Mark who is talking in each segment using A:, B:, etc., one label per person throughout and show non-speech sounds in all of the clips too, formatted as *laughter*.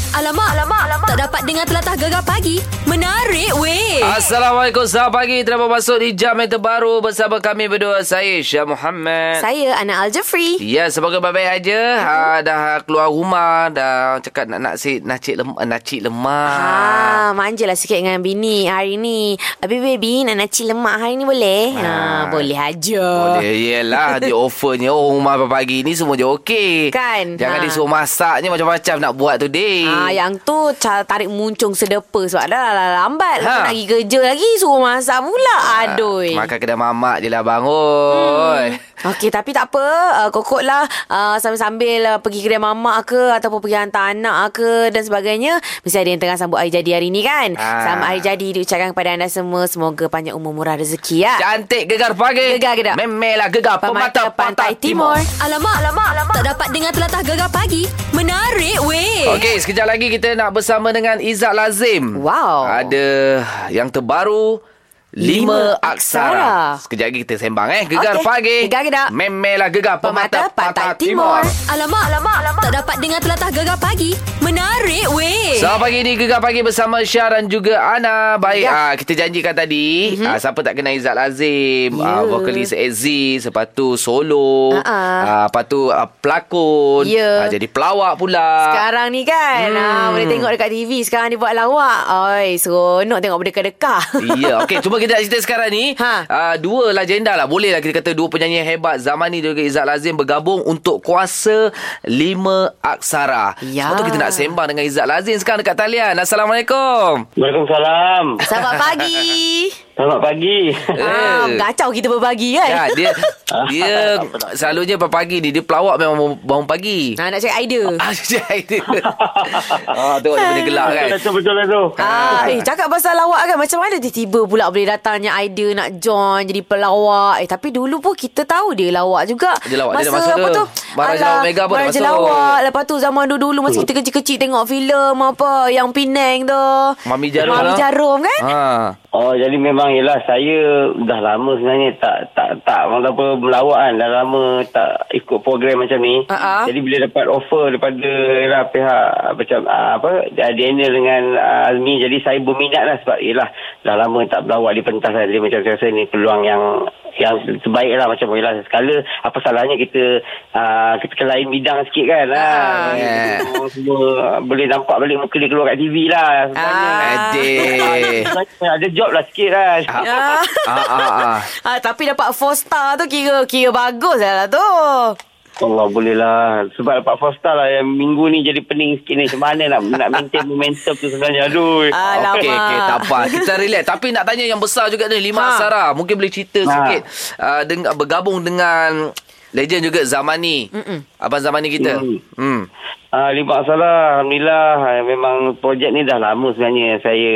A: Alamak, alamak, alamak. Tak dapat dengar telatah gegar pagi. Menarik, weh.
B: Assalamualaikum Selamat pagi Terima masuk di jam yang terbaru Bersama kami berdua Saya Syah Muhammad
A: Saya Ana Al Jafri.
B: Ya, semoga baik-baik aja. Ha, dah keluar rumah, dah cakap nak nak si nacik lem, eh, nacik lemak.
A: Ah, manjalah sikit dengan bini hari ni. Abi baby nak naci lemak hari ni boleh? Ha,
B: Ah.
A: boleh aja.
B: Boleh, Ya, yelah Dia offernya Oh rumah pagi ni Semua dia okey
A: Kan,
B: Jangan
A: ha.
B: disuruh masaknya Macam-macam nak buat tu deh
A: Ah, yang tu cara tarik muncung sedepa sebab dah lah, lah, lambat.
B: Ha. Ah,
A: Ha. Nak pergi kerja lagi suruh masak pula. Aduh.
B: Makan kedai mamak je lah bangun hmm.
A: Okey, tapi tak apa. Uh, kokot lah uh, sambil-sambil uh, pergi kedai mamak ke ataupun pergi hantar anak ke dan sebagainya. Mesti ada yang tengah sambut hari jadi hari ni kan.
B: Ah.
A: Ah. Selamat hari jadi diucapkan kepada anda semua. Semoga panjang umur murah rezeki ya.
B: Cantik gegar pagi
A: Gegar ke tak?
B: Memelah gegar Pemata, Pantai, Timur,
A: Alamak, alamak, alamak. Tak dapat dengar telatah gegar pagi. Menarik weh.
B: Okey, sekejap lagi kita nak bersama dengan Izzat Lazim.
A: Wow.
B: Ada yang terbaru Lima
A: Lima
B: Aksara.
A: Aksara.
B: Sekejap lagi kita sembang eh. Gegar
A: Okey,
B: pagi.
A: gegar ke tak?
B: Memelah gegar Pemata, Pantai, Timur.
A: Alamak, alamak, alamak. Tak dapat dengar telatah gegar pagi. Menarik weh.
B: Selamat pagi ni Gegar pagi bersama Syah dan juga Ana Baik
A: Ya. Mhm.
B: ya. Kita janjikan tadi mm-hmm. Siapa tak kenal Izzat Lazim
A: Ya.
B: yeah. Vokalis Aziz Lepas tu solo
A: Ha-ha.
B: ah, Lepas tu ah, pelakon
A: Ya.
B: Ah, Jadi pelawak pula
A: Sekarang ni kan hmm. ah, Boleh tengok dekat TV Sekarang dia buat lawak Oi, seronok tengok berdeka-deka
B: Ya, okey. Cuma kita nak cerita sekarang ni,
A: Ha.
B: ha. uh, dua legenda lah. Boleh lah kita kata dua penyanyi yang hebat zaman ni juga Izzat Lazim bergabung untuk kuasa lima aksara.
A: Ya.
B: Sebab tu kita nak sembang dengan Izzat Lazim sekarang dekat talian. Assalamualaikum.
C: Waalaikumsalam.
A: *laughs* Selamat pagi
C: Selamat pagi.
B: Eh.
A: ah, Kacau kita berbagi kan
B: Ya, dia dia selalunya pagi ni dia pelawak memang bangun
A: *laughs*
B: pagi.
A: Ah, nak cari idea
B: Ah, dia. *laughs* Ah, tengok dia punya
A: Eh.
B: gelak kan.
C: Betul-betul lah tu.
A: Ah, eh, cakap pasal lawak kan Macam mana tiba-tiba pula Boleh datangnya idea Nak join Jadi pelawak Eh tapi dulu pun Kita tahu dia lawak juga
B: Dia lawak, dia ada masa tu. Maharaja
A: alah,
B: Omega pun ada
A: Maharaja
B: masa tu.
A: lawak Lepas tu zaman dulu-dulu Masa kita kecil-kecil Tengok filem apa Yang Penang tu
B: Mami Jarum
A: Mami
B: lah.
A: Jarum kan
B: Ha.
C: Oh jadi memang ialah saya dah lama sebenarnya tak tak tak orang apa melawak kan dah lama tak ikut program macam ni.
A: Ah, ah.
C: Jadi bila dapat offer daripada ialah pihak ah, macam ah, apa ah, Daniel dengan ah, Azmi jadi saya berminat lah sebab ialah dah lama tak melawak di pentas kan. Jadi macam saya rasa ni peluang yang yang terbaik lah macam ialah sekala apa salahnya kita ah, kita ke lain bidang sikit kan.
A: Ah.
C: Ah, Semua- semua boleh nampak balik muka dia keluar kat TV lah sebenarnya.
A: Ah.
C: *laughs*
B: Adik.
C: Ada job lah sikit lah.
A: ah.
B: Ah, ah, ah.
A: *laughs* ah, Tapi dapat 4 star tu Kira kira bagus lah tu
C: Allah boleh lah. Sebab dapat four star lah. Yang minggu ni jadi pening sikit ni. Macam mana nak, nak maintain momentum tu sebenarnya. Aduh.
A: Alamak.
B: Okey, okey, tak apa. Kita relax. Tapi nak tanya yang besar juga ni, Lima ha.
A: Ha.
B: Sarah. Mungkin boleh cerita ha.
C: Ha.
B: sikit uh, deng- bergabung dengan legend juga Zamani. Mm-mm. Abang Zamani kita.
C: Mm.
B: Hmm.
C: Ah, Lima Salah, Alhamdulillah. Ah, Memang projek ni dah lama sebenarnya. Saya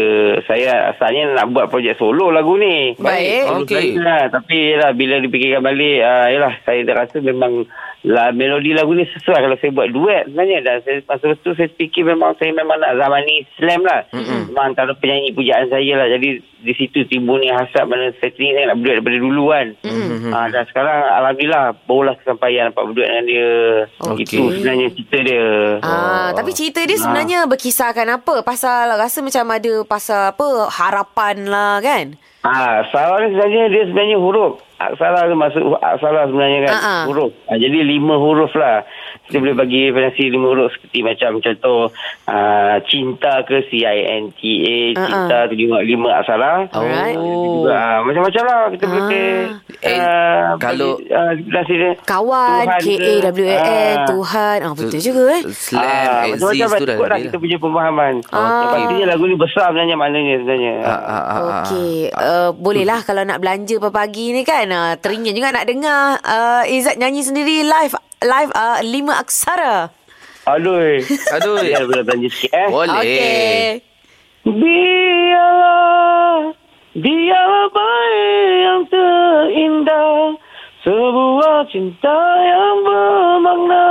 C: saya asalnya nak buat projek solo lagu ni.
A: Baik.
C: Solo
B: Okey.
C: saya Lah. Tapi lah, bila dipikirkan balik, ah, yalah, saya dah rasa memang lah, melodi lagu ni sesuai kalau saya buat duet sebenarnya. Dan saya, masa tu saya fikir memang saya memang nak zaman ni slam lah. Mm-hmm. Memang antara penyanyi pujaan saya lah. Jadi di situ timbul ni hasrat mana saya ni saya nak berduet daripada dulu kan. Mm-hmm. Ah, dan sekarang Alhamdulillah barulah kesampaian dapat berduet dengan dia.
B: Okey.
C: Itu sebenarnya cerita dia.
B: Oh.
A: Ah, tapi cerita dia
B: Ah.
A: sebenarnya berkisahkan apa? Pasal rasa macam ada pasal apa harapan lah kan?
C: Ah, Sarah ni sebenarnya dia sebenarnya huruf. Aksara tu masuk aksara sebenarnya kan.
A: Ah, ah.
C: Huruf. Ah, jadi lima huruf lah. Kita boleh bagi referensi lima huruf seperti macam contoh ah, cinta ke C-I-N-T-A.
A: Ah, ah.
C: Cinta tu lima, lima aksara.
A: Alright. Ha.
C: Juga, ah, macam-macam lah kita boleh
B: Ah. Eh,
C: ah,
B: kalau-
C: bagi, ah, referensi dia.
A: Kawan,
C: Tuhan ke.
A: K-A-W-A-N,
C: Ah.
A: Tuhan. Ah, betul juga kan?
B: Slam,
C: Ah,
B: Aziz tu
C: macam-macam
B: dah. lah.
C: ikutlah
B: dia
C: kita
B: dah.
C: punya pemahaman.
A: Ah.
C: Yang pastinya lagu ni besar sebenarnya maknanya sebenarnya.
B: Ah, ah, ah, ah.
A: Okey, uh, bolehlah kalau nak belanja pagi ni kan. Uh, teringin juga nak dengar uh, Izzat nyanyi sendiri live live uh, lima aksara.
C: Aduh.
B: Aduh.
C: Ya, boleh belanja sikit eh.
B: Boleh.
A: Okey.
C: Biarlah, biarlah baik yang terindah Sebuah cinta yang bermakna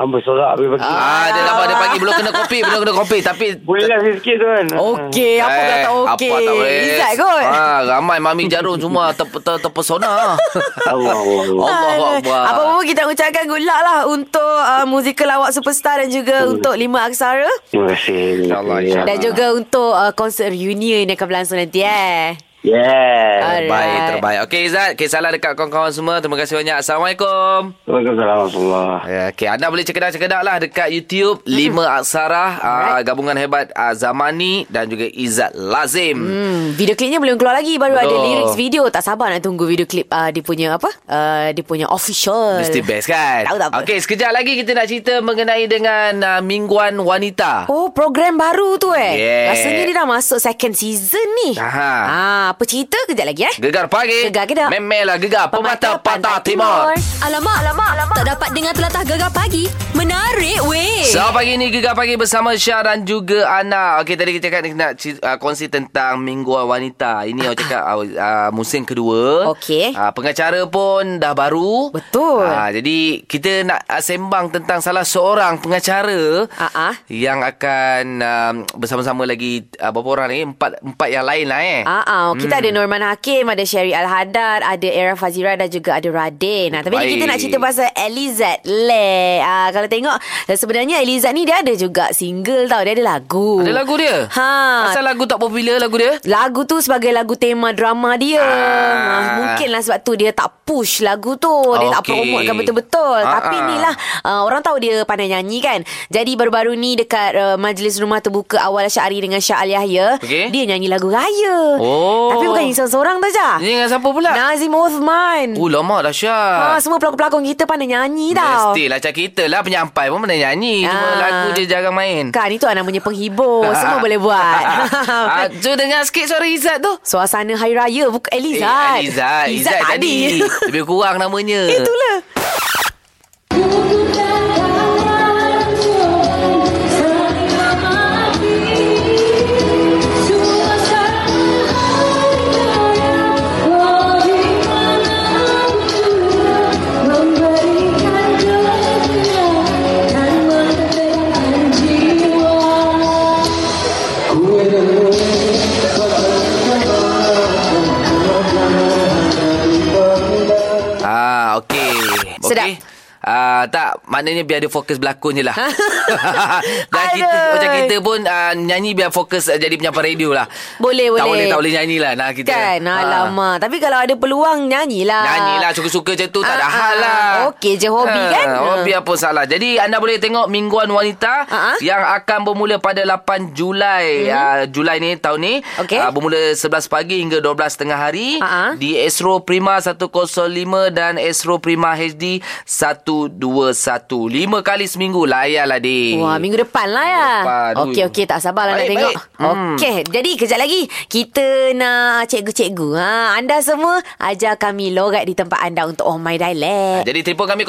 C: Hamba sorak pagi-pagi.
B: Ah, dia nampak dia pagi belum kena kopi, belum kena kopi tapi Eh,
C: Boleh lah sikit tu kan.
A: Okey, apa kau tak okey?
B: Apa tak boleh.
A: Izzat kot.
B: Ha, ramai mami jarum semua ter, ter, terpesona.
C: Allah, Allah, Allah.
B: Allahu Akbar.
A: Apa pun kita ucapkan good luck lah untuk uh, musikal awak superstar dan juga
B: Hmm.
A: untuk lima aksara
C: Terima kasih.
B: InsyaAllah, insyaAllah.
A: dan juga untuk uh, konsert reunion yang akan berlangsung nanti eh. *laughs*
C: Yeah.
A: Alright.
B: Terbaik, terbaik. Okey Izzat, kisahlah dekat kawan-kawan semua. Terima kasih banyak. Assalamualaikum.
C: Waalaikumsalam warahmatullahi
B: Ya, Okey, anda boleh cekedah-cekedah lah dekat YouTube
A: Hmm.
B: Lima Aksara uh, gabungan hebat uh, Zamani dan juga Izzat Lazim.
A: Hmm, video klipnya belum keluar lagi baru
B: Belum.
A: ada lyrics video tak sabar nak tunggu video klip uh, dia punya apa? Uh, dia punya official.
B: Mesti best kan?
A: Tahu tak apa.
B: Okey, sekejap lagi kita nak cerita mengenai dengan uh, mingguan wanita.
A: Oh, program baru tu eh.
B: Yeah.
A: Rasanya dia dah masuk second season ni.
B: Aha.
A: Ah, apa cerita kejap lagi eh?
B: Gegar pagi.
A: Gegar ke tak?
B: Memelah gegar pemata, patah timur.
D: Alamak, alamak, alamak. Tak dapat dengar telatah gegar pagi. Menarik weh.
B: So pagi ni Gegar Pagi bersama Syah dan juga Ana Okey tadi kita cakap ni nak cer- uh, kongsi tentang Mingguan Wanita Ini awak cakap uh, uh, musim kedua
A: Okey.
B: uh, Pengacara pun dah baru
A: Betul.
B: uh, Jadi kita nak uh, sembang tentang salah seorang pengacara
A: Ah, ah.
B: Yang akan um, bersama-sama lagi uh, berapa orang ni? Empat, empat yang lain lah eh
A: Ah, ah, kita ada Norman Hakim, ada Sherry Al-Haddad, ada Era Fazira dan juga ada Radin. Nah, tapi ni
B: Baik.
A: kita nak cerita pasal Elizad Le. Ah, kalau tengok sebenarnya Elizad ni dia ada juga single tau, dia ada lagu.
B: Ada lagu
A: uh.
B: dia?
A: Ha.
B: Asal lagu tak popular lagu dia?
A: Lagu tu sebagai lagu tema drama dia.
B: Ah.
A: Ah. Mungkinlah sebab tu dia tak push lagu tu. Dia tak
B: Okey.
A: promotekan betul-betul.
B: Ah,
A: Tapi
B: ah.
A: ni lah uh, orang tahu dia pandai nyanyi kan. Jadi baru-baru ni dekat uh, majlis rumah terbuka awal Syahari dengan Syah Al Yahya,
B: Okey.
A: dia nyanyi lagu raya.
B: Oh.
A: Tapi bukan nyanyi seorang-seorang tu je.
B: Ini dengan siapa pula?
A: Nazim Uthman.
B: Oh lama dah Syah
A: Ha, semua pelakon-pelakon kita pandai nyanyi tau.
B: Mestilah macam kita lah Penyampai pun pernah nyanyi Cuma
A: Ah.
B: lagu je jarang main
A: Kan itu anak punya penghibur.
B: *laughs*
A: semua boleh buat. *laughs* Kan?
B: ah, Jom dengar sikit suara Izzat tu
A: Suasana Hari Raya bukan Elizad.
B: Eh, Izzat Izzat
A: *laughs*
B: tadi Lebih kurang namanya
A: Itulah.
B: Ah, okey.
A: Sedap.
B: Okey. Ah, tak, maknanya biar dia fokus berlakon
A: *laughs*
B: je lah. *laughs* Dan kita,
A: Aduh.
B: macam kita pun ah, nyanyi biar fokus ah, jadi penyampai radio lah.
A: Boleh,
B: Tak
A: boleh.
B: boleh, tak boleh nyanyi lah nah, kita.
A: Kan
B: Ah.
A: Alamak Tapi kalau ada peluang Nyanyilah
B: Nyanyilah suka-suka macam tu Tak
A: Ah,
B: ada
A: ah,
B: hal lah
A: ah. Okey je hobi,
B: Ah,
A: kan?
B: Hobi apa salah Jadi anda boleh tengok Mingguan Wanita
A: Ah, ah.
B: Yang akan bermula pada 8 Julai ah, Julai ni tahun ni
A: Okey.
B: Ah, Bermula 11 pagi hingga 12 tengah hari
A: Ah, ah.
B: Di Astro Prima 105 Dan Astro Prima HD 121 5 kali seminggu lah, Layanlah deh
A: Wah minggu depan lah ya
B: depan. Ui.
A: Okey okey tak sabar lah nak
B: Baik,
A: tengok
B: baik. Hmm.
A: Okey jadi kejap lagi Kita nak cikgu-cikgu ha, Anda semua Ajar kami lorat di tempat anda Untuk Oh My Dialect
B: Jadi telefon kami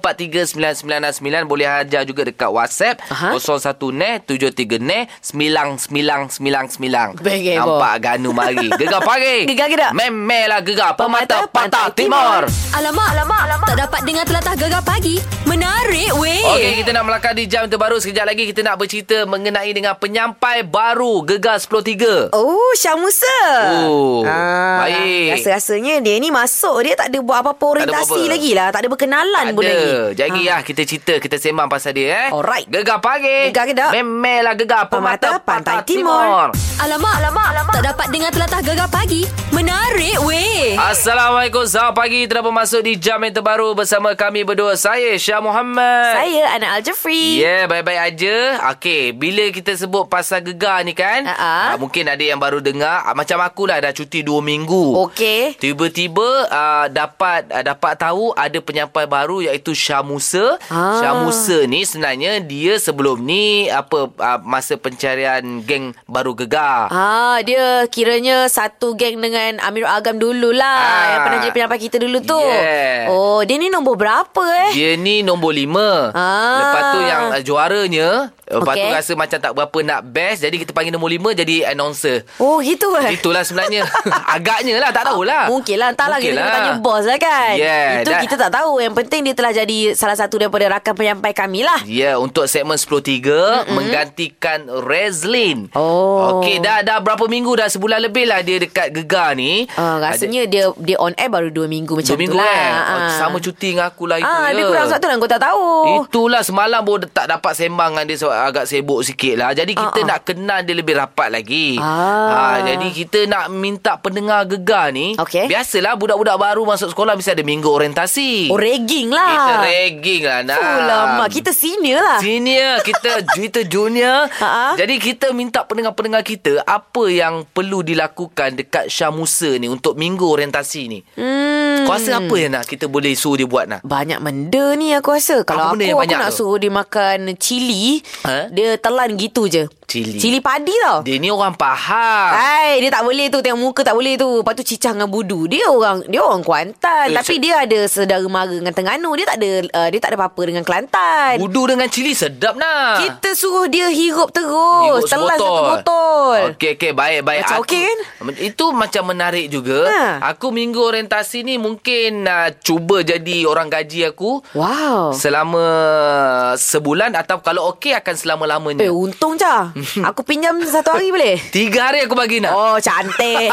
B: 0395439969 boleh ajar juga dekat WhatsApp
A: Aha.
B: 01 ne 73 ne 9999.
A: Baik,
B: Nampak ganu
A: *laughs*
B: mari. Gegar pagi.
A: Gegar ke tak?
B: Memelah gegar pemata,
A: Pemata Pantai
B: patah timur.
D: Alamak, alamak, alamak. Tak dapat dengar telatah gegar pagi. Menarik weh.
B: Okey, kita nak melakar di jam terbaru sekejap lagi kita nak bercerita mengenai dengan penyampai baru Gegar 103.
A: Oh Syah Musa
B: Oh,
A: Ah,
B: baik.
A: Rasa-rasanya dia ni masuk Dia tak ada buat apa-apa
B: Tak ada
A: orientasi
B: apa-apa.
A: lagi lah Tak ada berkenalan
B: Tak
A: pun
B: ada.
A: lagi Ah.
B: Jadi lah kita cerita, kita sembang pasal dia eh.
A: Ha. Alright.
B: Gegar pagi.
A: Gegar ke tak?
B: Memelah gegar pemata,
A: Pemata
B: patah
A: Pantai
B: timur.
A: Timur.
D: Alamak, alamak, alamak. Tak dapat dengar telatah gegar pagi. Menarik
A: Eh.
D: weh.
B: Assalamualaikum Selamat pagi Terdapat masuk di jam yang terbaru Bersama kami berdua Saya Syah Muhammad
A: Saya Anak Al-Jafri
B: Ya, yeah, baik-baik aja. Okey, bila kita sebut pasal gegar ni kan,
A: Ah, ah.
B: ah, mungkin ada yang baru dengar. Ah, macam akulah dah cuti 2 minggu.
A: Okey
B: Tiba-tiba uh, dapat uh, dapat tahu ada penyampai baru iaitu Syah Musa.
A: Ah.
B: Syah Musa ni sebenarnya dia sebelum ni apa uh, masa pencarian geng baru gegar.
A: Ah, dia kiranya satu geng dengan Amirul Agam dululah
B: Ah.
A: ah. yang pernah jadi penyampai kita dulu tu.
B: Yeah.
A: Oh, dia ni nombor berapa eh?
B: Dia ni nombor lima
A: Ah.
B: Lepas tu yang uh, juaranya Lepas okay. tu
A: Okey.
B: rasa macam tak berapa nak best Jadi kita panggil nombor lima jadi announcer
A: Oh gitu eh
B: Itulah sebenarnya *laughs* Agaknya lah Tak tahulah
A: Mungkin lah Entahlah kita kena tanya bos lah kan
B: Yeah,
A: Itu
B: that-
A: kita tak tahu Yang penting dia telah jadi Salah satu daripada rakan penyampai kami lah
B: Ya, untuk segmen 103 mm-hmm. menggantikan Rezlin.
A: Oh.
B: Okey, dah dah berapa minggu dah sebulan lebih lah dia dekat Gegar ni.
A: Ah, rasanya dia dia on air baru 2 minggu
B: Ada, dua
A: macam
B: minggu
A: tu lah.
B: kan.
A: Ah.
B: Sama cuti dengan aku lah itu.
A: Ah, lebih
B: ya.
A: kurang sebab tu lah kau tak tahu.
B: Itulah semalam pun tak dapat sembang dengan dia sebab agak sibuk sikit lah. Jadi kita
A: Ah, ah.
B: nak kenal dia lebih rapat lagi.
A: Ah.
B: jadi kita nak minta pendengar gegar ni.
A: Okey.
B: Biasalah budak-budak baru masuk sekolah mesti ada minggu orientasi.
A: Oh, ragging lah.
B: Kita ragging lah nak.
A: Alamak, kita senior lah.
B: Senior
A: *laughs*
B: Kita Kita junior
A: Ha-ha.
B: Jadi kita minta pendengar-pendengar kita Apa yang perlu dilakukan Dekat Syah Musa ni Untuk minggu orientasi ni hmm. Kau rasa apa yang nak Kita boleh suruh dia buat nak
A: Banyak benda ni aku rasa Kalau aku,
B: benda yang
A: aku
B: banyak
A: nak
B: tu?
A: suruh dia makan cili
B: Ha?
A: Dia telan gitu je
B: Cili.
A: Cili padi tau
B: Dia ni orang faham
A: Oh. Hai, dia tak boleh tu tengok muka tak boleh tu. Lepas tu cicah dengan budu. Dia orang dia orang Kuantan
B: Eh,
A: tapi
B: se-
A: dia ada saudara mara dengan Terengganu. Dia tak ada uh, dia tak ada apa-apa dengan Kelantan.
B: Budu dengan cili sedap nak
A: Kita suruh dia hirup terus.
B: Ikut
A: telan satu botol.
B: Ah, Okey okey baik baik.
A: Macam
B: Aku-
A: okey kan?
B: Itu macam menarik juga.
A: Ha.
B: Aku minggu orientasi ni mungkin uh, cuba jadi orang gaji aku.
A: Wow.
B: Selama sebulan atau kalau okey akan selama-lamanya.
A: Eh, untung
B: *laughs*
A: je. Aku pinjam satu hari boleh?
B: Tiga hari aku bagi nak.
A: Oh,
B: *laughs*
A: cantik.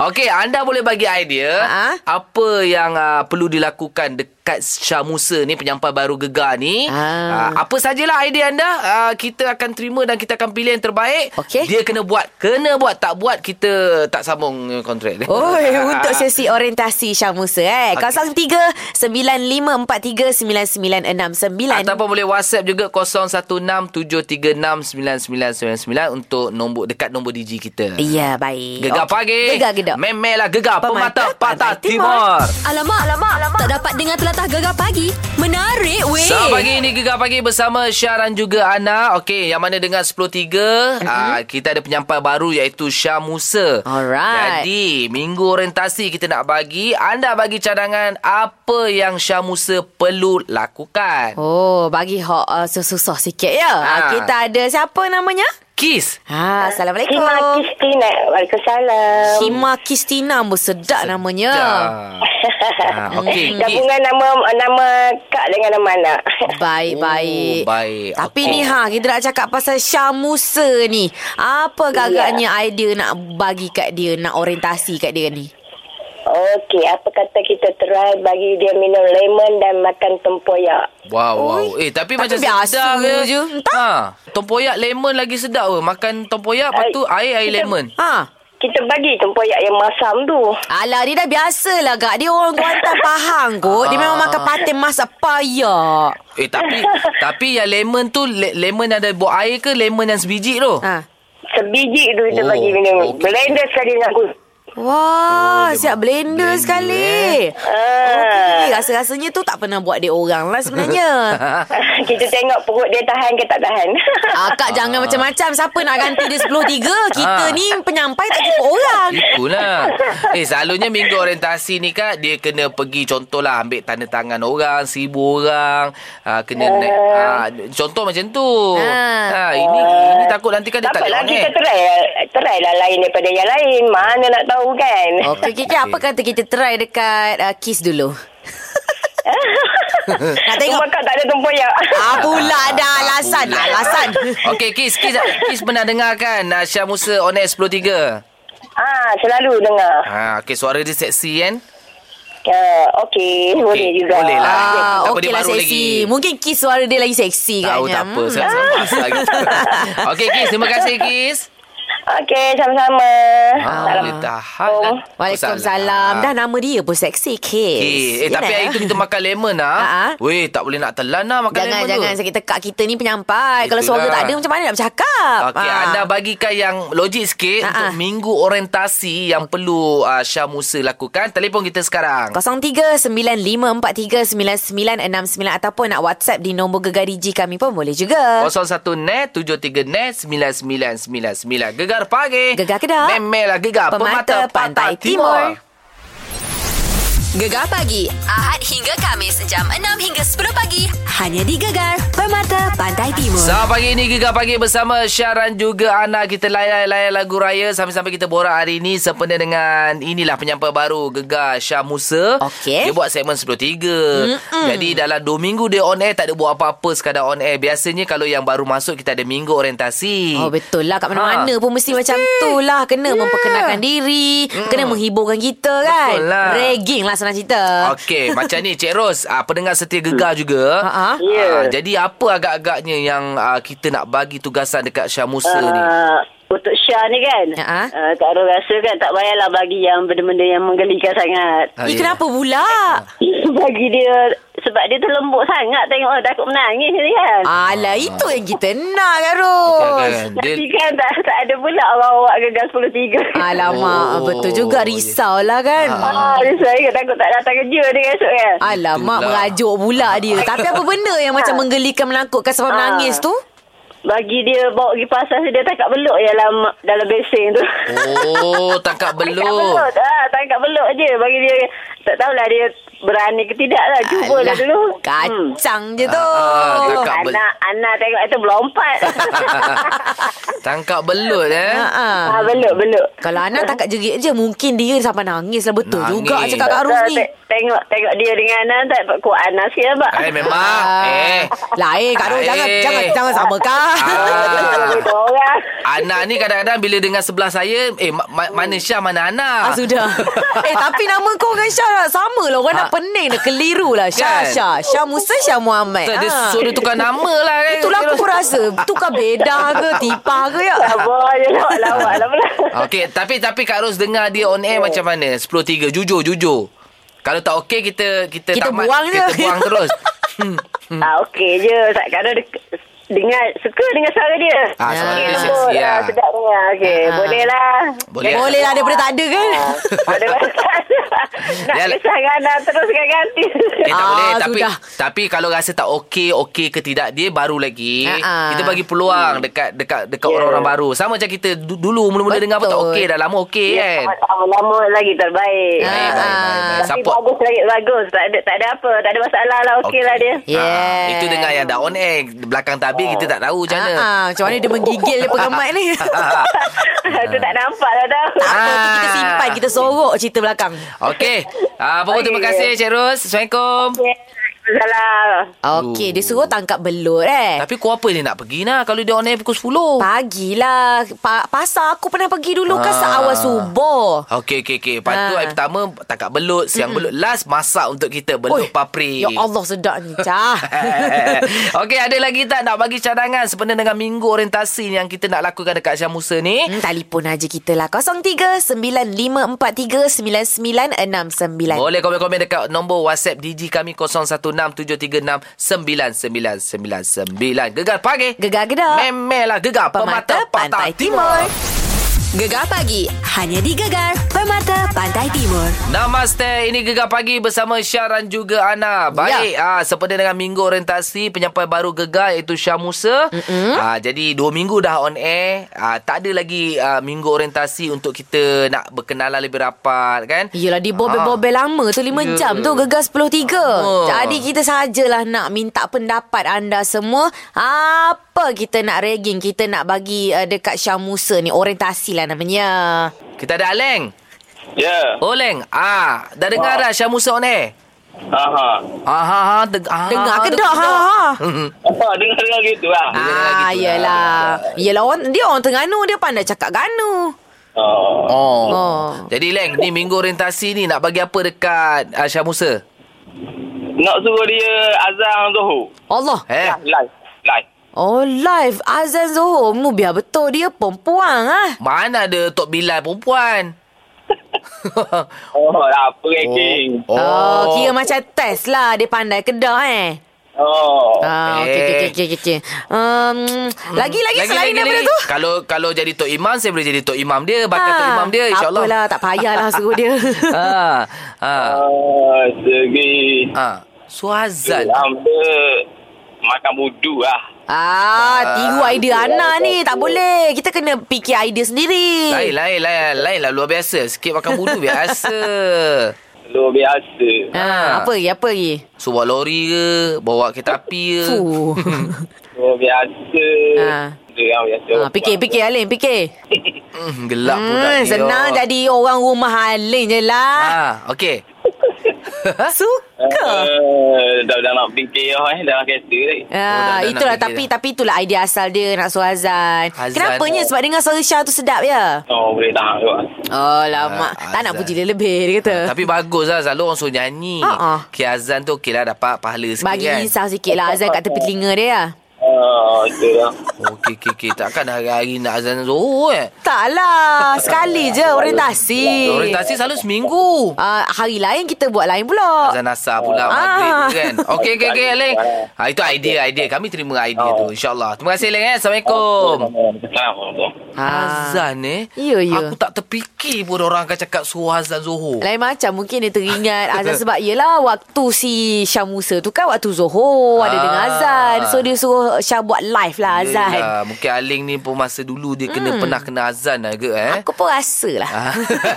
B: Okey, anda boleh bagi idea
A: Ha?
B: apa yang uh, perlu dilakukan dekat Syah Musa ni penyampai baru gegar ni.
A: Ah.
B: Uh, apa sajalah idea anda, uh, kita akan terima dan kita akan pilih yang terbaik.
A: Okey.
B: Dia kena buat, kena buat, tak buat kita tak sambung eh, kontrak dia. *laughs*
A: Oi, untuk sesi orientasi Syah Musa eh.
B: Okey.
A: Okay. 03-9543-9969.
B: Ataupun boleh WhatsApp juga 0167369999 untuk nombor dekat nombor DG kita.
A: Ya, baik.
B: Gegar
A: Okey.
B: pagi.
A: Gegar gedok.
B: Memelah gegar
A: Pemata,
B: pemata, patah
A: Pantai
B: timur.
A: Timur.
D: Alamak, alamak, alamak. Tak dapat dengar telatah gegar pagi. Menarik weh.
B: Selamat pagi ini Gegar Pagi bersama Syah dan juga Ana. Okey, yang mana dengan
A: Mhm.
B: 10.3 uh, kita ada penyampai baru iaitu Syah Musa.
A: Alright.
B: Jadi, minggu orientasi kita nak bagi, anda bagi cadangan apa yang Syah Musa perlu lakukan.
A: Oh, bagi hak uh, susah sikit ya. Ha.
B: Ah.
A: Kita ada siapa namanya?
B: Kiss.
A: Ha, Assalamualaikum.
E: Kima Kristina. Waalaikumsalam.
A: Hima Kistina pun sedap namanya. *laughs*
B: Ah, okey,
A: Hmm.
B: Kiss.
E: Gabungan nama nama kak dengan nama anak. *laughs*
A: Baik-baik.
B: Oh, baik.
A: Tapi
B: Okey.
A: ni ha, kita nak cakap pasal Syah Musa ni. Apa
B: Ya.
A: gagaknya yeah. idea nak bagi kat dia, nak orientasi kat dia ni?
E: Okey, apa kata kita try bagi dia minum lemon dan makan tempoyak.
B: Wow, wow. Eh, tapi,
A: Tapi
B: macam
A: biasa
B: sedap
A: je. Entah.
B: Ha, tempoyak lemon lagi sedap ke. Makan tempoyak, lepas tu air-air lemon.
A: Ha.
E: Kita bagi tempoyak yang masam tu.
A: Alah, dia dah biasalah kak. Dia orang Kuantan Pahang kot. Dia memang
B: Ah.
A: makan patin masak payak.
B: Eh *laughs* tapi tapi yang lemon tu le- lemon yang ada buat air ke lemon yang sebiji tu?
A: Ha.
E: Sebiji tu kita
B: Oh,
E: bagi minum.
B: okey.
E: Blender sekali dengan aku. *laughs*
A: Wah, oh, siap blender,
B: blender, eh?
A: sekali.
E: Ah.
A: Okey, rasa-rasanya tu tak pernah buat dia orang lah sebenarnya.
B: *laughs*
E: kita tengok perut dia tahan ke tak tahan.
A: ah,
E: *laughs*
A: kak jangan macam-macam. Siapa nak ganti dia 10-3? Kita
B: Ah.
A: ni penyampai tak cukup orang.
B: Itulah. Eh selalunya minggu orientasi ni kak dia kena pergi contohlah ambil tanda tangan orang, seribu orang, ha, kena naik ha, contoh macam tu. Ha,
A: Ah.
B: ini ini takut nanti kan dia tak boleh
E: apalah
B: on air.
E: kita try. Try lah lain daripada yang lain. Mana nak tahu kan. *laughs*
A: Okey, Kiki, apa kata kita try dekat uh, Kiss dulu? nak tengok.
E: Rumah kak tak ada ya. tempoyak.
A: Ah, pula dah alasan.
B: pula.
A: Alasan.
B: *laughs* Okey, Kis, Kis, Kis pernah dengar kan ah, Syah Musa on air 10.3?
E: *laughs* Ah, selalu dengar.
B: Ha, okey, suara dia seksi kan?
E: Uh, okey, okay. boleh juga.
A: *laughs*
B: boleh lah.
A: Ah, okey
B: Takut dia
A: lah
B: baru
A: seksi.
B: lagi.
A: Mungkin Kiss suara dia lagi seksi
B: Tahu
A: katnya.
B: tak apa.
A: Hmm.
B: Saya hmm. pasal
A: *laughs*
B: gitu. Okey, Kis. Terima kasih, Kis.
E: Okey, sama-sama.
B: Ah,
E: Salam.
B: boleh tahan lah.
A: Waalaikumsalam. Dah nama dia pun seksi, Kiss.
B: Eh, eh
A: Ya
B: tapi
A: lah.
B: hari tu kita makan lemon
A: *laughs*
B: lah.
A: Ha, ha.
B: Weh, tak boleh nak telan lah makan
A: Jangan
B: lemon
A: jangan
B: tu.
A: sakit tekak kita ni penyampai. Kalau suara
B: Itulah.
A: tak ada macam mana nak bercakap?
B: Okey,
A: Ah.
B: anda bagikan yang logik sikit
A: Ha,
B: untuk
A: ha.
B: minggu orientasi yang perlu uh, Syah Musa lakukan. Telefon kita sekarang.
A: 0395439969 ataupun nak WhatsApp di nombor gegar DG kami pun boleh juga.
B: 01 net 73 net 9999 Gegar pagi
A: Gegar Kedah.
B: Memelah gegar Pemata, Pemata Pantai, Timur, Timur.
D: Gegar pagi Ahad hingga Kamis jam 6 hingga 10 pagi hanya di Gegar. Bye. Permata Pantai Timur.
B: Selamat pagi ni Gegar Pagi bersama Syaran juga Ana Kita layan-layan lagu raya Sampai-sampai kita borak hari ni Sempena dengan Inilah penyampai baru Gegar Syah Musa
A: Okey.
B: Dia buat segmen 10.3 Mm-mm. Jadi dalam 2 minggu dia on air Tak ada buat apa-apa Sekadar on air Biasanya kalau yang baru masuk Kita ada minggu orientasi
A: Oh betul lah Kat mana-mana ha. pun mesti, mesti macam tu lah Kena
B: Ya.
A: yeah. memperkenalkan diri mm. Kena menghiburkan kita kan
B: Betul lah.
A: Ragging lah senang cerita
B: Okey,
A: *laughs*
B: macam ni Cik Ros, uh, pendengar setia gegar juga.
A: Ha, ha.
B: Ah,
E: Ya.
B: jadi apa agak-agaknya yang uh, kita nak bagi tugasan dekat Syah Musa ni? Ah.
E: Uh, untuk Syah ni kan
A: Ha-ha.
E: uh, Kak Ro rasa kan tak payahlah bagi yang benda-benda yang menggelikan sangat
B: Ah,
A: Eh
B: ya.
A: kenapa pula
E: *laughs* Bagi dia sebab dia terlembut sangat tengok oh, takut menangis ni kan
B: Ah,
A: Alah itu yang kita nak Kak
B: Kan,
A: Ros
B: kan,
E: Tapi
B: Dia
E: kan tak, tak ada pula awak-awak gegar 10.3
A: Alamak
B: Oh,
A: Betul juga
B: ya.
A: risau lah kan
B: Ha.
E: *laughs* Ah, dia saya takut tak datang kerja dia esok kan
A: Alamak
B: Itulah.
A: merajuk pula
B: *laughs*
A: dia Tapi apa benda yang macam menggelikan melangkutkan Sebab
E: Ha.
A: menangis tu
E: Bagi dia bawa pergi pasar dia tangkap beluk je dalam, dalam beseng tu
B: Oh, tangkap
E: *laughs* Tangkap
B: belum.
E: beluk ah, Tangkap beluk je Bagi dia Tak tahulah dia berani ke tidak lah Cuba lah
A: Alah,
E: dulu Hmm.
A: Kacang je tu
B: Ah, tangkap. bel-
E: Anak, anak tengok itu melompat
B: *laughs* tangkap belut eh.
A: Ha, ha.
E: ah, Beluk, beluk
A: Kalau Ana tangkap jerit je Mungkin dia sampai nangis lah Betul
B: Nangis.
A: juga cakap Kak Ros
E: Tak,
A: ni
E: te- Tengok tengok dia dengan Anas tak kuat Anas ya, Pak.
B: Eh memang eh.
A: Lain Ah. Lah, Kak Ros jangan,
B: Lain.
A: jangan jangan sama Kak
B: Ah.
E: Begitu orang.
B: Anak ni kadang-kadang bila dengar sebelah saya, eh ma- ma- mana Syah
A: Ah,
B: mana Ana?
A: sudah.
B: *laughs*
A: eh, tapi nama kau dengan Syah lah. sama lah. Orang nak
B: Ah.
A: pening dah keliru lah. Syah,
B: Kan?
A: Syah. Syah Musa, Syah Muhammad.
B: Tak, Dia
A: Ah.
B: suruh dia tukar nama lah kan.
A: Itulah aku pun rasa. Tukar beda ke, tipah ke ya.
E: Sabar je lah lawak lah pula.
B: Okey, tapi tapi Kak Ros dengar dia on
A: Oh.
B: air macam mana? 10.3 jujur jujur. Kalau tak okey kita kita,
A: Kita
B: tamat,
A: buang je.
B: kita
A: *laughs*
B: buang terus. Hmm.
E: Ah okey je. Tak kena dek- dengar suka dengan suara dia.
B: Ah, suara
E: Okey,
B: dia
E: lembut.
B: seksi, ya.
E: Ah, sedap dengar. Okey,
A: Ah.
E: boleh lah.
B: *laughs*
E: Ah,
B: Boleh.
A: Boleh lah daripada tak ada kan.
E: Ada
A: *laughs*
E: masalah. Nak
B: Dia-
E: kisah dengan Anas terus kan ganti.
B: Eh tak
A: Ah,
B: boleh tapi
A: sudah.
B: tapi kalau rasa tak okey okey ke tidak dia baru lagi
A: Ah, ah.
B: kita bagi peluang dekat dekat dekat orang-orang baru sama macam kita du- dulu mula-mula dengar apa tak
A: Ya. Betul. Ya,
B: okey dah lama okey kan
E: Lama-lama Ah, lagi terbaik.
A: Ah.
B: baik baik baik, baik.
E: Tapi
B: support
E: bagus lagi bagus. Tak ada tak ada apa, tak ada masalah lah. Okey lah dia.
B: Ah,
A: Yeah.
B: itu dengar yang dah on air belakang tabir kita tak tahu macam
A: Ah,
B: mana Ah,
A: ah, macam mana dia menggigil dia pengamat
B: *laughs*
A: ni.
E: Itu tak nampak lah tau.
A: Tak apa, tu kita simpan. Kita sorok cerita belakang.
B: Okey. Ah, apa pun terima kasih Cik Ros. Assalamualaikum.
E: Ya. Salah.
A: Okey, dia suruh tangkap belut eh.
B: Tapi kau apa ni nak pergi nak kalau dia on air pukul 10?
A: Pagilah. Pa- pasar aku pernah pergi dulu kan
B: Ah.
A: seawal subuh.
B: Okey okey okey. Lepas tu
A: Ah.
B: hari pertama tangkap belut, siang belut, last masak untuk kita
A: Oi,
B: belut papri.
A: Ya Allah sedap ni Cah
B: *laughs* Okey, ada lagi tak nak bagi cadangan sempena dengan minggu orientasi yang kita nak lakukan dekat Syah Musa ni?
A: hmm, Telefon aja kita lah 03-9543-9969
B: Boleh komen-komen dekat nombor WhatsApp DG kami 0167369999. Gegar pagi.
A: Gegar gedak
B: Memelah gegar pemata,
A: Pemata Pantai Timur
D: Gegar pagi hanya di Gegar Permata Pantai Timur.
B: Namaste, ini Gegar Pagi bersama Syaran juga Ana. Baik,
A: Ya.
B: ah, sempena dengan minggu orientasi penyampai baru Gegar iaitu Syah Musa. Ah, jadi dua minggu dah on air. Ah, tak ada lagi ah, minggu orientasi untuk kita nak berkenalan lebih rapat kan.
A: Yelah dia bobel-bobel lama tu 5
B: Ya.
A: jam tu Gegar 10.3
B: Ah.
A: Jadi kita sajalah nak minta pendapat anda semua Apa kita nak ragging Kita nak bagi uh, dekat Syah Musa ni Orientasi lah namanya
B: Kita ada Aleng.
C: Ya.
B: Oh, Leng. Ah, dah dengar dah Syah Musa on air?
C: Aha.
B: Ah, ha, ha, deng- ah,
A: Dengar
B: ha,
A: ke tak ha, *laughs* ha.
C: Apa dengar-dengar gitu lah.
B: Dia
A: Ah,
B: dengar gitu lah.
A: yelah. Yelah, orang, dia orang Terengganu. Dia pandai cakap Ganu.
C: Oh.
B: Oh.
A: Oh.
B: Jadi Leng, ni minggu orientasi ni nak bagi apa dekat ah, Syah Musa?
C: Nak suruh dia azan zuhur.
A: Allah.
B: Eh.
C: Live. Live.
A: Oh, live. Azan Zohor. Mu biar betul. Dia perempuan, ah.
B: Mana ada Tok Bilal perempuan?
C: Oh, dah apa ranking.
A: Oh. oh, kira macam test lah. Dia pandai kedah, eh.
C: Oh.
A: Ah, okey, okey, okey, okey, okey. Um, lagi, lagi, selain daripada tu.
B: Kalau kalau jadi Tok Imam, saya boleh jadi Tok Imam dia. Bakal Tok
A: Ah,
B: Imam dia,
A: tak
B: insyaAllah.
A: apalah, tak payahlah suruh dia.
B: *laughs* ha, ha,
C: Oh, segi.
B: ha. Suazan.
C: Hamba makan budu lah.
A: ah, tiru idea Ana ni. Tak boleh. Kita kena fikir idea sendiri. *laughs*
B: Lain, lain, lain. Lain lah luar biasa. Sikit makan bulu biasa.
F: Luar biasa.
A: Ha. Apa lagi? Apa lagi?
B: So bawa lori ke Bawa kereta api ke
A: Fuh.
F: Luar biasa.
A: Ah.
F: Orang biasa.
A: Ha, fikir, fikir Halim, fikir.
B: hmm, Gelap pula
A: Hmm,
B: ni,
A: senang
B: oh.
A: jadi orang rumah Halim je lah.
B: Ah, okey.
A: *laughs* Suka.
F: Eh, dah, dah nak fikir oh, eh, dalam kereta ni.
A: Ah,
B: dah- dah
A: itulah
B: nak
A: tapi
B: fikir dah.
A: tapi itulah idea asal dia nak suruh azan.
B: Azan. oh.
A: Kenapanya sebab dengar suara Syah tu sedap ya.
F: Oh, boleh tahan juga.
A: Oh lama.
B: Ah,
A: tak nak
B: azan.
A: puji dia lebih dia kata.
B: Tapi bagus lah Selalu orang suruh nyanyi
A: Ah, ah.
B: Okey azan tu Okey lah dapat pahala sikit
A: Bagi
B: kan
A: insaf sikit lah azan kat tepi telinga dia ya.
F: Oh, itu lah.
B: Okey okey okey Takkan hari-hari nak azan Zuhur eh *laughs*
A: Taklah, sekali je orientasi.
B: Orientasi selalu seminggu
A: Ah, hari lain kita buat lain pula.
B: Azan asar pula
A: Ah.
B: Maghrib tu kan Okey okey okey Aleng ha, Itu idea idea Kami terima idea tu InsyaAllah Terima kasih Aleng eh Assalamualaikum
A: Hmm.
F: Assalamualaikum.
B: Azan eh
A: Oh. Ya, ya.
B: Aku tak terfikir pun Orang akan cakap Suruh azan Zuhur
A: Lain macam mungkin dia teringat
B: *laughs*
A: azan sebab yelah waktu si Syah Musa tu kan waktu Zohor ada
B: Ah.
A: dengan azan. So dia suruh Syah buat live lah azan. Hmm.
B: Yelah, Mungkin Aling ni pun Masa dulu dia kena Pernah kena azan lah ke eh
A: Aku pun rasa lah.
B: Ah.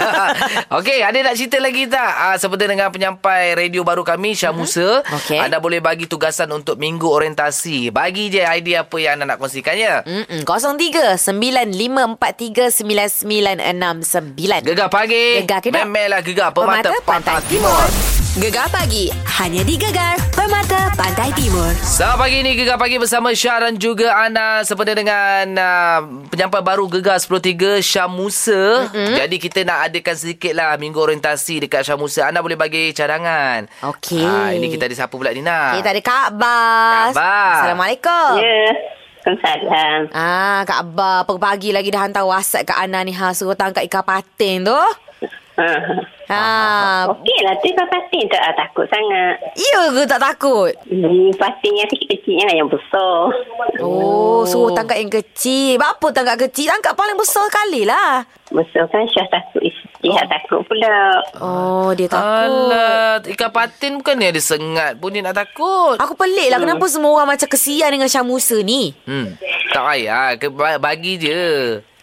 B: *laughs* Okey, ada nak cerita lagi tak? Ah, seperti dengan penyampai radio baru kami, Syah Musa.
A: Hmm. Okey.
B: Anda boleh bagi tugasan untuk minggu orientasi. Bagi je idea apa yang anda nak kongsikannya.
A: *laughs* Mm-mm. 03 9543 9969.
B: Gegar pagi.
A: Gegar kedap.
B: Memelah gegar
A: Pemata
B: pemata,
A: Pantai
B: pantai
A: Timur.
D: Gegar pagi hanya di Gegar Permata Pantai Timur.
B: Selamat pagi ni Gegar Pagi bersama Syah dan juga Ana Seperti dengan uh, penyampai baru Gegar 103 Syah Musa mm-hmm. Jadi kita nak adakan sedikit lah Minggu orientasi dekat Syah Musa Ana boleh bagi cadangan
A: Okey.
B: Ah, Ini kita ada siapa pula Nina
A: Kita Eh, ada Kak Bas.
B: Ah. Kak Bas.
A: Assalamualaikum.
E: Ya. Assalamualaikum.
A: Ah, Kak Abah pagi-pagi lagi dah hantar WhatsApp kat Ana ni ha suruh tangkap ikan patin tu.
E: Ha.
A: Ha,
E: *laughs* Okey lah tu kau patin tak ah, takut sangat.
A: iya ke tak takut?
E: Hmm, patin yang kecil-kecil lah yang besar.
A: Oh, suruh tangkap yang kecil. Buat Apa tangkap kecil? Tangkap paling besar kali lah.
E: Besar kan Syah takut Syah takut pula.
A: Oh, dia takut.
B: Alah, ikan patin bukan ni ada sengat pun dia nak takut.
A: Aku pelik lah kenapa semua orang macam kesian dengan Syah Musa ni.
B: Hmm. Tak payah, ke, ba- bagi je.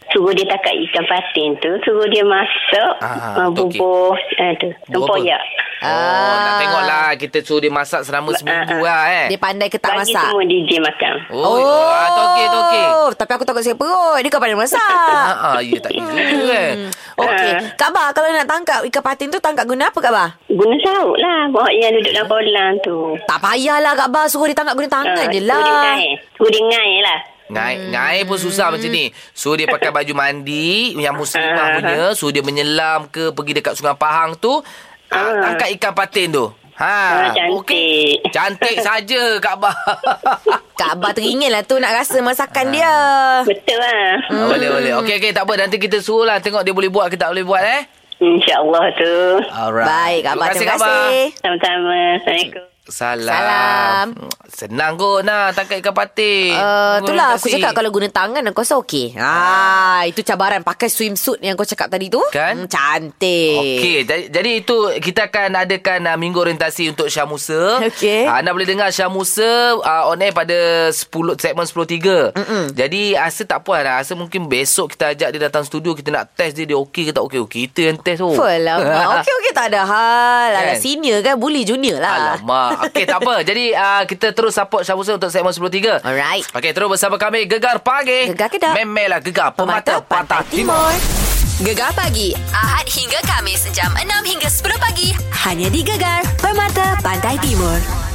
E: Suruh dia takat ikan patin tu Suruh dia masak
B: Ah,
E: ah, uh,
B: betul,
E: Bubuh uh, tu, Tempoyak
B: Oh, ah. nak
A: Ah.
B: tengoklah kita suruh dia masak selama seminggu lah eh.
A: Dia pandai ke tak
E: Bagi
A: masak?
E: semua DJ makan
B: Oh, oh. Ah, tokey, tokey.
A: Tapi aku takut saya perut. Dia kan pandai
B: *laughs* Ah,
A: masak.
B: ah, ya tak kira
A: Hmm.
B: juga kan.
A: Okey. Kak Bah, kalau nak tangkap ikan patin tu, tangkap guna apa Kak Bah?
E: Guna saut lah Bawa yang duduk dalam kolam tu
A: Tak payahlah Kak Bah. Suruh dia tangkap guna tangan
E: Ah,
A: je
E: Suruh dia
A: lah.
E: ngai Suruh dia ngai lah
B: Ngai, ngai pun susah macam ni. Suruh dia pakai baju mandi yang muslimah
E: Ah.
B: punya, suruh dia menyelam ke pergi dekat Sungai Pahang tu, ah.
E: Ah.
B: angkat ikan patin tu.
E: Ah,
B: Ha,
E: cantik.
B: okey. Cantik saja Kak
A: *laughs*
B: Bah.
A: Kak Bah teringin lah tu nak rasa
B: Ah.
A: masakan dia.
E: Betul lah
B: Hmm. Boleh boleh. Okey okey tak apa nanti kita suruh lah tengok dia boleh buat ke tak boleh buat eh.
E: InsyaAllah tu
B: Alright.
A: Baik Kak Bah. Terima
B: Kak Bah.
A: kasih.
E: Sama-sama Assalamualaikum
B: Salam.
A: Salam.
B: Senang kot nak tangkap ikan
A: Uh,
B: patin. Eh, Terima
A: itulah aku
B: kasih.
A: cakap kalau guna tangan aku rasa okey. Ah, itu cabaran pakai swimsuit yang kau cakap tadi tu. Hmm,
B: Kan?
A: cantik.
B: Okey, jadi, jadi itu kita akan adakan uh, minggu orientasi untuk Syah Musa.
A: Okey.
B: Uh, anda boleh dengar Syah Musa uh, on air pada 10 segmen 103. Mm-mm. Jadi rasa tak puas lah. Rasa mungkin besok kita ajak dia datang studio kita nak test dia dia okey ke tak okey. Okey, Kita yang test oh. tu. *laughs*
A: Apa lama. Okey lah. okey tak ada hal. Alah
B: Kan?
A: senior kan bully junior lah.
B: Alamak. Okey, tak apa. Jadi uh, kita terus support Syah Musa untuk segmen 103.
A: Alright.
B: Okey, terus bersama kami Gegar Pagi.
A: Gegar Kedah.
B: Memelah Gegar Pemata, Patah Timur.
D: Gegar pagi Ahad hingga Kamis jam 6 hingga 10 pagi hanya di Gegar Permata Pantai Timur.